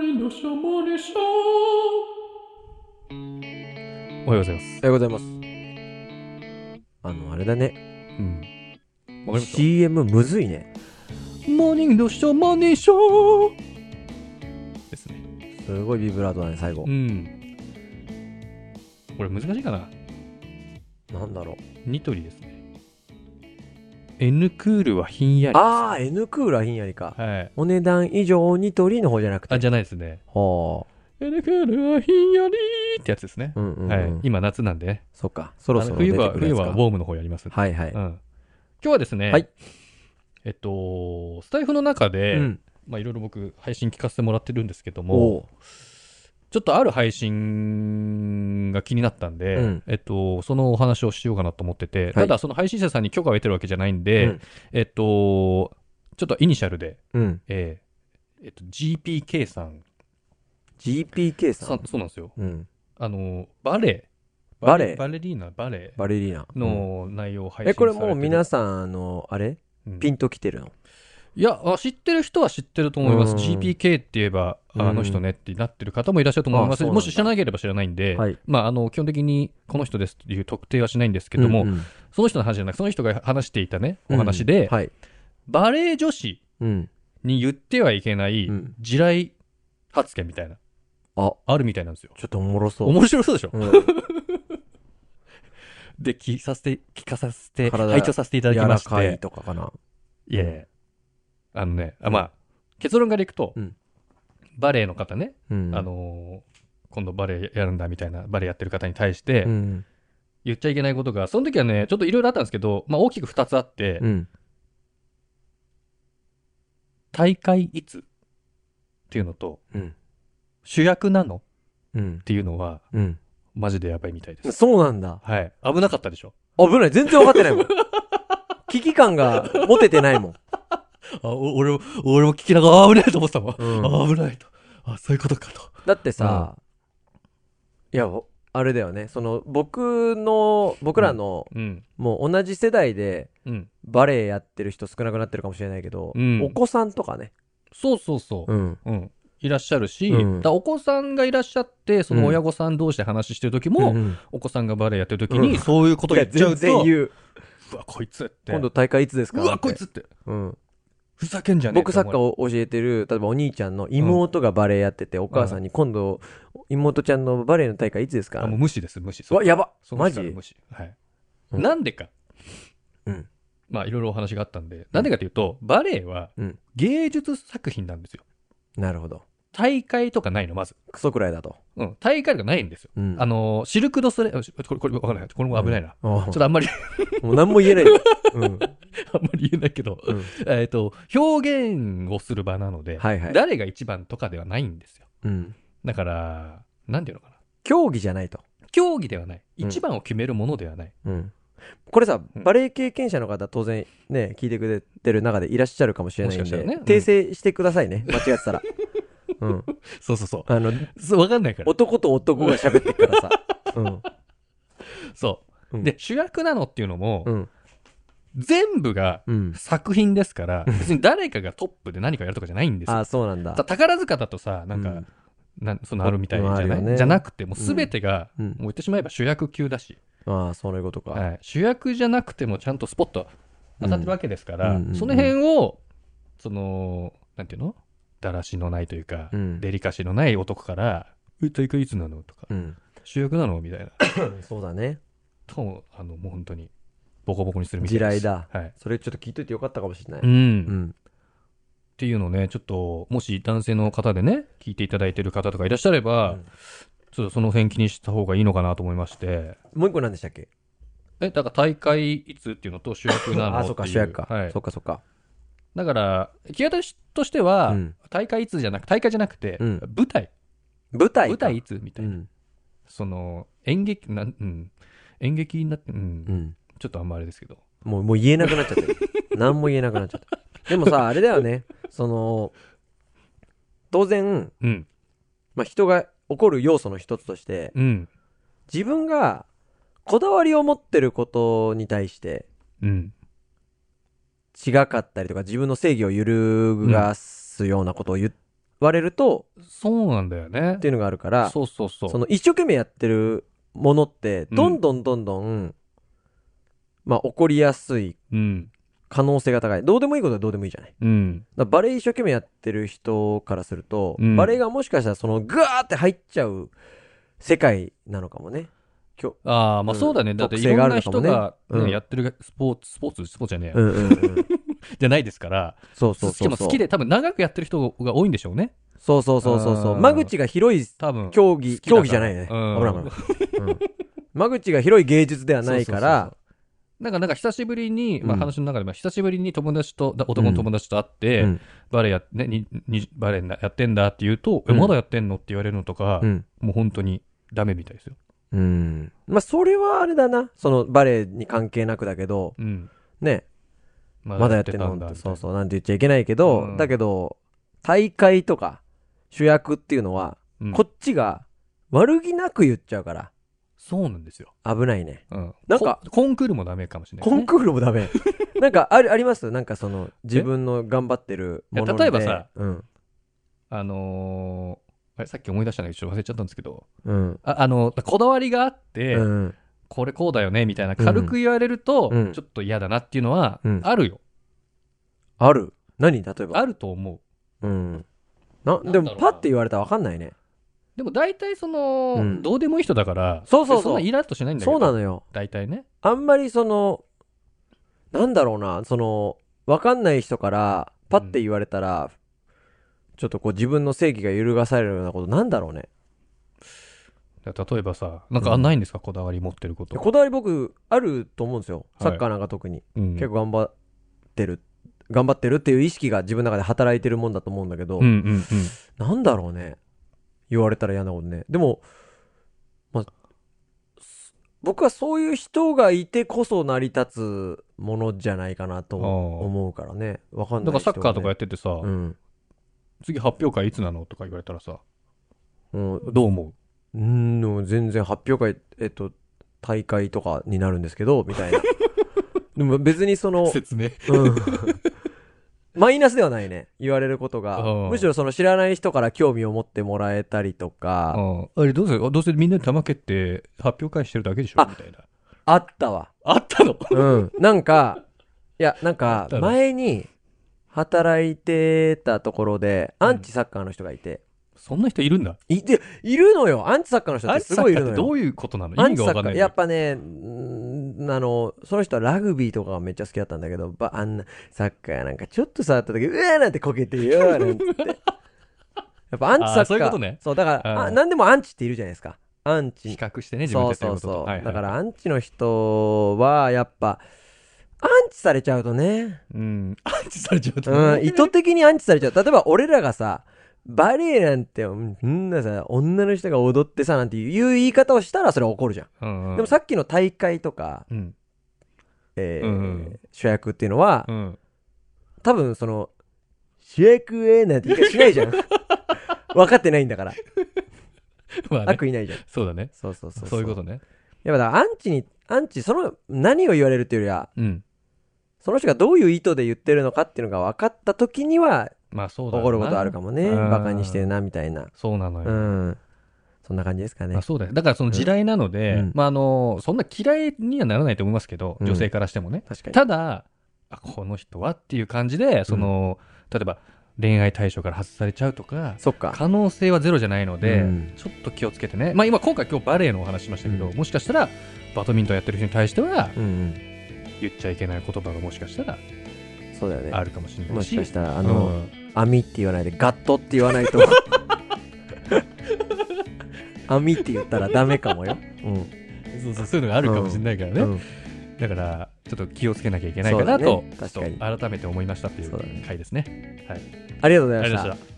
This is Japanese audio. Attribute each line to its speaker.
Speaker 1: りのしゃまでしょおはようございます。
Speaker 2: おはようございます。あの、あれだね。
Speaker 1: うん。わかりまし
Speaker 2: CM むずいね。
Speaker 1: た。モーニングのしゃまでしょですね。
Speaker 2: すごいビブラートだね、最後
Speaker 1: う。ん。これ難しいかな
Speaker 2: なんだろう。
Speaker 1: ニトリですね。N クールはひんやり。
Speaker 2: あー、N クーラーひんやりか。
Speaker 1: はい。
Speaker 2: お値段以上ニトリの方じゃなくて。
Speaker 1: あ、じゃないですね。
Speaker 2: は
Speaker 1: N クールはひんやりってやつですね
Speaker 2: あ。。うんうん、うん。
Speaker 1: はい。今夏なんでね。
Speaker 2: そっか。そろそ
Speaker 1: あ
Speaker 2: ろ
Speaker 1: の
Speaker 2: 出て
Speaker 1: 冬
Speaker 2: くる
Speaker 1: は、
Speaker 2: やつか。
Speaker 1: 冬はウォームの方やりますんで
Speaker 2: はいは
Speaker 1: う
Speaker 2: い。
Speaker 1: ん、今日はですね、
Speaker 2: はい
Speaker 1: えっと、スタイフの中で、
Speaker 2: うん。
Speaker 1: まあ、いろいろ僕、配信聞かせてもらってるんですけど
Speaker 2: お
Speaker 1: も、
Speaker 2: う
Speaker 1: ちょっとある配信が気になったんで、
Speaker 2: うん
Speaker 1: えっと、そのお話をしようかなと思ってて、
Speaker 2: い
Speaker 1: ただ、その配信者さんに許可を得てるわけじゃないんで、
Speaker 2: うん
Speaker 1: えっと、ちょっとイニシャルで、
Speaker 2: うん。
Speaker 1: えーえっと、GPK さん
Speaker 2: GPK さ
Speaker 1: さん
Speaker 2: ん。
Speaker 1: そうなんですよ。
Speaker 2: うん。
Speaker 1: あの、バレエ。
Speaker 2: バレエ
Speaker 1: バレリーナ、バレエ
Speaker 2: バレリーナ。うん
Speaker 1: の内容を配信
Speaker 2: え、
Speaker 1: さ
Speaker 2: こ
Speaker 1: れ
Speaker 2: れ
Speaker 1: てる、
Speaker 2: もう皆さん、あの、あれ
Speaker 1: うん
Speaker 2: ピンときてるの
Speaker 1: いや、あ知ってる人は知ってると思います。
Speaker 2: うん
Speaker 1: GPK って言えば、ああの人ねってなってる方もいらっしゃると思いま
Speaker 2: あ
Speaker 1: す。
Speaker 2: そうなんだ
Speaker 1: もし知らなければ知らないんで、
Speaker 2: はい
Speaker 1: まあ、あの、基本的にこの人ですっていう特定はしないんですけども、
Speaker 2: うんうん
Speaker 1: その人の話じゃなく、その人が話していたね、お話で、
Speaker 2: うんはい。
Speaker 1: バレエ女子
Speaker 2: うん。
Speaker 1: に言ってはいけない
Speaker 2: うん
Speaker 1: 地雷発言みたいな、
Speaker 2: あ、
Speaker 1: あるみたいなんですよ。
Speaker 2: ちょっとおもろそう。
Speaker 1: 面白そうでしょ、
Speaker 2: うん
Speaker 1: で、聞させて、聞かさせて、
Speaker 2: 体
Speaker 1: 拝聴させていただ
Speaker 2: 柔
Speaker 1: きま
Speaker 2: ら
Speaker 1: し
Speaker 2: かい
Speaker 1: て。
Speaker 2: とかかな。
Speaker 1: いやいや。あのね、あまあ、結論からいくと、
Speaker 2: うん
Speaker 1: バレエの方ね、
Speaker 2: うん。
Speaker 1: あのー今度バレエやるんだみたいな、バレエやってる方に対して
Speaker 2: う、ん。
Speaker 1: 言っちゃいけないことが、その時はね、ちょっといろいろあったんですけど、まあ大きく2つあって、
Speaker 2: うん。
Speaker 1: 大会いつっていうのと、
Speaker 2: うん
Speaker 1: 主役なのっ
Speaker 2: うん。
Speaker 1: ていうのは、
Speaker 2: うん。
Speaker 1: マジでやばいみたいです。
Speaker 2: そうなんだ。
Speaker 1: はい。危なかったでしょ。
Speaker 2: 危ない。全然分かってないもん。 危機感が持ててないもん。
Speaker 1: あ、お俺も、俺も聞きながら、あ危ないと思ってたもん。
Speaker 2: うん
Speaker 1: あ危ないと。あ、そういうことかと。
Speaker 2: だってさ、いや、おあれだよね。その、僕の、僕らの、
Speaker 1: うん。
Speaker 2: もう同じ世代で、
Speaker 1: うん。
Speaker 2: バレエやってる人少なくなってるかもしれないけど、
Speaker 1: うん
Speaker 2: お子さんとかね。
Speaker 1: そうそうそう。
Speaker 2: ん。
Speaker 1: うん、いらっしゃるし、
Speaker 2: うん
Speaker 1: だからお子さんがいらっしゃってその親御さん同士で話してる時も、
Speaker 2: ん、
Speaker 1: お子さんがバレエやってる時に、
Speaker 2: うん
Speaker 1: そういうこと
Speaker 2: い
Speaker 1: 言
Speaker 2: や、
Speaker 1: っちゃ
Speaker 2: 全
Speaker 1: うと
Speaker 2: 然言う。
Speaker 1: うわこいつって
Speaker 2: 今度大会いつですか
Speaker 1: うわこい
Speaker 2: って
Speaker 1: つって
Speaker 2: うん。
Speaker 1: ふざけんじゃねえ
Speaker 2: 僕サッカー
Speaker 1: を
Speaker 2: を教えてる、例えばお兄ちゃんの妹がバレエやってて、お母さんに今度、妹ちゃんのバレエの大会いつですか
Speaker 1: あもう無視です無視
Speaker 2: うわ、やば
Speaker 1: その
Speaker 2: マ
Speaker 1: 人
Speaker 2: ジ
Speaker 1: は無視、はい
Speaker 2: うん
Speaker 1: なんでか、
Speaker 2: うん
Speaker 1: まあいろいろお話があったんでなんでかというとバレエは
Speaker 2: うん
Speaker 1: 芸術作品なんですよ
Speaker 2: なるほど。
Speaker 1: 大会とかないのまず、
Speaker 2: クソくらいだと。
Speaker 1: うん、大会がないんですよ、
Speaker 2: うん
Speaker 1: あのシルク・ドゥソレイあこれこれわかんないこれも危ないな、
Speaker 2: あ
Speaker 1: ちょっとあんまり
Speaker 2: もう何も言えない。うん。
Speaker 1: あんまり言えないけど、
Speaker 2: うん
Speaker 1: えっと、表現をする場なので、
Speaker 2: はいはい。
Speaker 1: 誰が一番とかではないんですよ。
Speaker 2: うん。
Speaker 1: だから、なんていうのかな。
Speaker 2: 競技じゃないと。
Speaker 1: 競技ではない。
Speaker 2: うん
Speaker 1: 一番を決めるものではない。
Speaker 2: うん。これさ、
Speaker 1: うん
Speaker 2: バレエ経験者の方、当然ね、聞いてくれてる中でいらっしゃるかもしれないん
Speaker 1: もしか
Speaker 2: で、
Speaker 1: したらねうん
Speaker 2: 訂正してくださいね、間違ってたら。うん。
Speaker 1: そうそうそ
Speaker 2: あの、
Speaker 1: う。そうわかんないから。
Speaker 2: 男と男が喋ってっからさ。うん。
Speaker 1: そう、
Speaker 2: うん
Speaker 1: で、主役なのっていうのも、
Speaker 2: うん。
Speaker 1: 全部が
Speaker 2: うん。
Speaker 1: 作品ですから、別に誰かがトップで何かやるとかじゃないんです
Speaker 2: あ
Speaker 1: よ。
Speaker 2: あ、そうなんだ
Speaker 1: た。宝塚だとさ、なんか、
Speaker 2: うん
Speaker 1: なんそのあるみたいじゃ
Speaker 2: うんある
Speaker 1: な
Speaker 2: よ
Speaker 1: い、
Speaker 2: ね
Speaker 1: じゃなくて、もう全てが、
Speaker 2: うんうん
Speaker 1: もう言ってしまえば主役級だし、
Speaker 2: ああ、そういうことか。
Speaker 1: はい、主役じゃなくてもちゃんとスポット当たってるわけですから、
Speaker 2: うんうんうん
Speaker 1: その辺をそのなんていうのだらしのないというか、
Speaker 2: うん
Speaker 1: デリカシーのない男から「え大会いつなの?」とか
Speaker 2: うん。
Speaker 1: 「主役なの?」みたいな
Speaker 2: そうだね。
Speaker 1: ともあのもう本当にボコボコにするみた
Speaker 2: 地
Speaker 1: いな
Speaker 2: 雷だ。
Speaker 1: はい
Speaker 2: それちょっと聞いといてよかったかもしれな
Speaker 1: う
Speaker 2: い。
Speaker 1: ん
Speaker 2: う
Speaker 1: っ
Speaker 2: ん。
Speaker 1: ていうのをねちょっともし男性の方でね聞いていただいてる方とかいらっしゃれば、
Speaker 2: うん
Speaker 1: ちょっとその辺気にした方がいいのかなと思いまして
Speaker 2: もう一個何でしたっけ
Speaker 1: えだから大会いつっていうのと主役なのっ
Speaker 2: ああ、
Speaker 1: てい
Speaker 2: そうっか、主役か。
Speaker 1: はい
Speaker 2: そっか、そっか。
Speaker 1: だから、聞き方としては、
Speaker 2: うん
Speaker 1: 大会いつじゃなく、大会じゃなくて、
Speaker 2: うん
Speaker 1: 舞台、
Speaker 2: 舞台か。
Speaker 1: 舞台いつみた
Speaker 2: う
Speaker 1: いな。
Speaker 2: ん。
Speaker 1: その、演劇、なん、うん、演劇になって、うん、
Speaker 2: うん。
Speaker 1: ちょっとあんまあれですけど。
Speaker 2: もう、もう言えなくなっちゃって る。何も言えなくなっちゃった。でもさ、あれだよね。その、当然、
Speaker 1: うん、
Speaker 2: まあ、人が怒る要素の一つとして、
Speaker 1: うん、
Speaker 2: 自分がこだわりを持ってることに対して
Speaker 1: うん、
Speaker 2: 違かったりとか、自分の正義を揺るがすようなことを言っ割れると
Speaker 1: そうなんだよね。
Speaker 2: っていうのがあるから、
Speaker 1: そうそうそう。
Speaker 2: その一生懸命やってるものって、
Speaker 1: うん
Speaker 2: どんどんどんどん、まあ起こりやすい
Speaker 1: うん。
Speaker 2: 可能性が高い。どうでもいいことはどうでもいいじゃない。
Speaker 1: うん。
Speaker 2: だからバレエ一生懸命やってる人からすると、
Speaker 1: うん
Speaker 2: バレエがもしかしたらそのグワーって入っちゃう世界なのかもね。きょ
Speaker 1: ああ、まあ
Speaker 2: うん
Speaker 1: そうだね。だってい
Speaker 2: 特
Speaker 1: ろ
Speaker 2: 性があ
Speaker 1: ん
Speaker 2: る
Speaker 1: な
Speaker 2: のか
Speaker 1: 人
Speaker 2: もね
Speaker 1: が、ね
Speaker 2: うん
Speaker 1: やってるスポーツ、スポーツ、スポーツじゃねえや、
Speaker 2: うんうんうん。
Speaker 1: じゃないですから、
Speaker 2: そうそうそうそう。
Speaker 1: しかも好き。で多分長くやってる人が多いんでしょうね。
Speaker 2: そうそうそうそうそう。
Speaker 1: あー
Speaker 2: 間口が広い
Speaker 1: 多分。
Speaker 2: 競技、
Speaker 1: 好きだから
Speaker 2: 競技じゃないよね。
Speaker 1: う
Speaker 2: 危
Speaker 1: ん
Speaker 2: ない危ないうん間口が広い芸術ではないから、
Speaker 1: なんか、なんか久しぶりに、まあ
Speaker 2: うん
Speaker 1: 話の中で、まあ久しぶりに友達と、だ男の友達と会って、
Speaker 2: うん
Speaker 1: バレエや、ね、ににバレエなやってんだって言うと、え
Speaker 2: うん
Speaker 1: まだやってんのって言われるのとか、
Speaker 2: うん。
Speaker 1: もう本当にダメみたいですよ。
Speaker 2: うん。まあ、それはあれだな。その、バレエに関係なくだけど、
Speaker 1: うん。
Speaker 2: ね、
Speaker 1: ま
Speaker 2: まだやってんのってそうそう、なんて言っちゃいけないけど、
Speaker 1: うん
Speaker 2: だけど、大会とか、主役っていうのは、
Speaker 1: う。うん、
Speaker 2: こっちが、悪気なく言っちゃうから、
Speaker 1: そうなんですよ。
Speaker 2: 危ないね。
Speaker 1: うん。
Speaker 2: なんか
Speaker 1: コ、コンクールもダメかもしれない、
Speaker 2: コ
Speaker 1: ね。
Speaker 2: ンクールもダ メ。なんか、ある、ありますなんかその、自分の頑張ってるもので。
Speaker 1: いや例えばさ、
Speaker 2: うん。
Speaker 1: あのーあれさっき思い出したんだけど、ちょっと忘れちゃったんですけど、
Speaker 2: うん。
Speaker 1: あ、あの、こだわりがあって、
Speaker 2: うん。
Speaker 1: これこうだよね、みたいな、軽く言われると、
Speaker 2: うん
Speaker 1: ちょっと嫌だなっていうのは
Speaker 2: うん、
Speaker 1: あるよ。
Speaker 2: ある何例えば。
Speaker 1: あると思う。
Speaker 2: うん。な、
Speaker 1: なんだ
Speaker 2: で
Speaker 1: ろうな
Speaker 2: も、パって言われたらわかんないね。
Speaker 1: でも大体その、
Speaker 2: うん
Speaker 1: どうでもいい人だから、
Speaker 2: そうそうそう
Speaker 1: そんなイラッとしないんだけど。
Speaker 2: そうなのよ。
Speaker 1: 大体ね。
Speaker 2: あんまりその、なんだろうな、その、わかんない人から、パって言われたら、ちょっとこう自分の正義が揺るがされるようなことなんだろうね。
Speaker 1: 例えばさ、なんかあ
Speaker 2: うん
Speaker 1: ないんですか、こだわり持ってること。
Speaker 2: こだわり僕、あると思うんですよ。
Speaker 1: はい
Speaker 2: サッカーなんか特に。
Speaker 1: うん
Speaker 2: 結構頑張ってる。頑張ってるっていう意識が自分の中で働いてるもんだと思うんだけど、
Speaker 1: うんうんうん。
Speaker 2: なんだろうね。言われたら嫌なことね。でも、まあ、す僕はそういう人がいてこそ成り立つものじゃないかなと
Speaker 1: あー
Speaker 2: 思うからね。わかん
Speaker 1: だ
Speaker 2: な
Speaker 1: から
Speaker 2: い人がね、
Speaker 1: サッカーとかやっててさ、
Speaker 2: うん。
Speaker 1: 次発表会いつなのとか言われたらさ、
Speaker 2: うん、
Speaker 1: どう思
Speaker 2: うんでも全然発表会、えっと、大会とかになるんですけど、みたいな。 でも別にそうの、
Speaker 1: 説明。
Speaker 2: うん マイナスではないね。言われること
Speaker 1: う
Speaker 2: が
Speaker 1: ん。
Speaker 2: むしろその知らない人から興味を持ってもらえたりとか、
Speaker 1: ああれどうせ、あどうせみんなで玉蹴って発表会してるだけでしょ
Speaker 2: あ
Speaker 1: みたいな。
Speaker 2: あったわ。
Speaker 1: あったの
Speaker 2: うん。なんか、いや、なんか、
Speaker 1: ただ
Speaker 2: 前に、働いてたところで、アンチサッカーの人がいて、
Speaker 1: そんな人いるんだ。
Speaker 2: いて、いるのよアンチサッカーの人っ
Speaker 1: ア
Speaker 2: て
Speaker 1: ンチ
Speaker 2: す
Speaker 1: サ
Speaker 2: ごい
Speaker 1: ッ
Speaker 2: い
Speaker 1: カ
Speaker 2: る
Speaker 1: ーっ
Speaker 2: の
Speaker 1: てど
Speaker 2: よ。
Speaker 1: ういうことなの
Speaker 2: ア
Speaker 1: 意
Speaker 2: ン
Speaker 1: 味
Speaker 2: チ
Speaker 1: がわ
Speaker 2: サッ
Speaker 1: かん
Speaker 2: カ
Speaker 1: な
Speaker 2: ー、
Speaker 1: い。
Speaker 2: やっぱね、んあの、その人はラグビーとかがめっちゃ好きだったんだけど、ば、あんな、サッカーなんかちょっと触った時、うわーなんてこけてよ ーなんつって。やっぱアンチサ
Speaker 1: あ
Speaker 2: ッカー。
Speaker 1: ーそういうことね
Speaker 2: そう、だから、
Speaker 1: う
Speaker 2: あ
Speaker 1: ん
Speaker 2: なんでもアンチっているじゃないですか。アンチ
Speaker 1: 比。較してね、自分
Speaker 2: そ
Speaker 1: で
Speaker 2: う
Speaker 1: や
Speaker 2: そ
Speaker 1: ってるこ
Speaker 2: う
Speaker 1: とと
Speaker 2: そう。
Speaker 1: はいはい
Speaker 2: だからアンチの人は、やっぱ、アンチされちゃう とね、
Speaker 1: うん。アンチされちゃうとね
Speaker 2: うん、意図的にアンチされちゃう。例えば俺らがさ、バレエなんて、うんそんなさ、女の人が踊ってさ、なんていう言い方をしたらそれ怒るじゃん。
Speaker 1: うんうん
Speaker 2: でもさっきの大会とか、
Speaker 1: うん。
Speaker 2: えー
Speaker 1: うんうん
Speaker 2: 主役っていうのは、
Speaker 1: うん。
Speaker 2: 多分その、主役へなんて言い方しないじゃ ん。分かってないんだから。
Speaker 1: まあね
Speaker 2: 悪意ないじゃん。
Speaker 1: そうだね。
Speaker 2: そうそうそう
Speaker 1: そういうことね。
Speaker 2: やっぱだからアンチに、アンチ、その、何を言われるっていうよりは、
Speaker 1: うん。
Speaker 2: その人がどういう意図で言ってるのかっていうのが分かった時には
Speaker 1: まあそうだろうな
Speaker 2: 怒ることあるかもね。
Speaker 1: うん
Speaker 2: バカにしてるな、みたいな。
Speaker 1: そうなの
Speaker 2: う
Speaker 1: よ。
Speaker 2: ん。そんな感じですかね
Speaker 1: あ。そうだよ。だからその時代なので、
Speaker 2: うん
Speaker 1: まああの、そんな嫌いにはならないと思いますけど、
Speaker 2: うん
Speaker 1: 女性からしてもね。
Speaker 2: 確かに。
Speaker 1: ただ、あ、この人はっていう感じで、その、例えば恋愛対象から外されちゃうとか、
Speaker 2: そっか。
Speaker 1: 可能性はゼロじゃないので、
Speaker 2: うん
Speaker 1: ちょっと気をつけてね。まあ今、今回今日バレエのお話しましたけど、
Speaker 2: うん
Speaker 1: もしかしたらバドミントンやってる人に対しては
Speaker 2: うんうん。
Speaker 1: 言っちゃいけない言葉がもしかしたら
Speaker 2: そうだよね。
Speaker 1: あるかもしれな
Speaker 2: も
Speaker 1: い
Speaker 2: し
Speaker 1: し。
Speaker 2: かしたら、あ
Speaker 1: あ
Speaker 2: の、網って言わないで、ガットって言わないと。 網って言ったらダメかもよ。うん。
Speaker 1: そうそうそういうのがあるかもしれないからね。
Speaker 2: うん
Speaker 1: だから、ちょっと気をつけなきゃいけないかな
Speaker 2: そうだ
Speaker 1: と、
Speaker 2: ね
Speaker 1: ちょっ
Speaker 2: 確かに
Speaker 1: と改めて思いましたっていう
Speaker 2: そうだね
Speaker 1: 回ですね。
Speaker 2: ありがとうございま
Speaker 1: ありがとうござ
Speaker 2: し
Speaker 1: いました
Speaker 2: た。。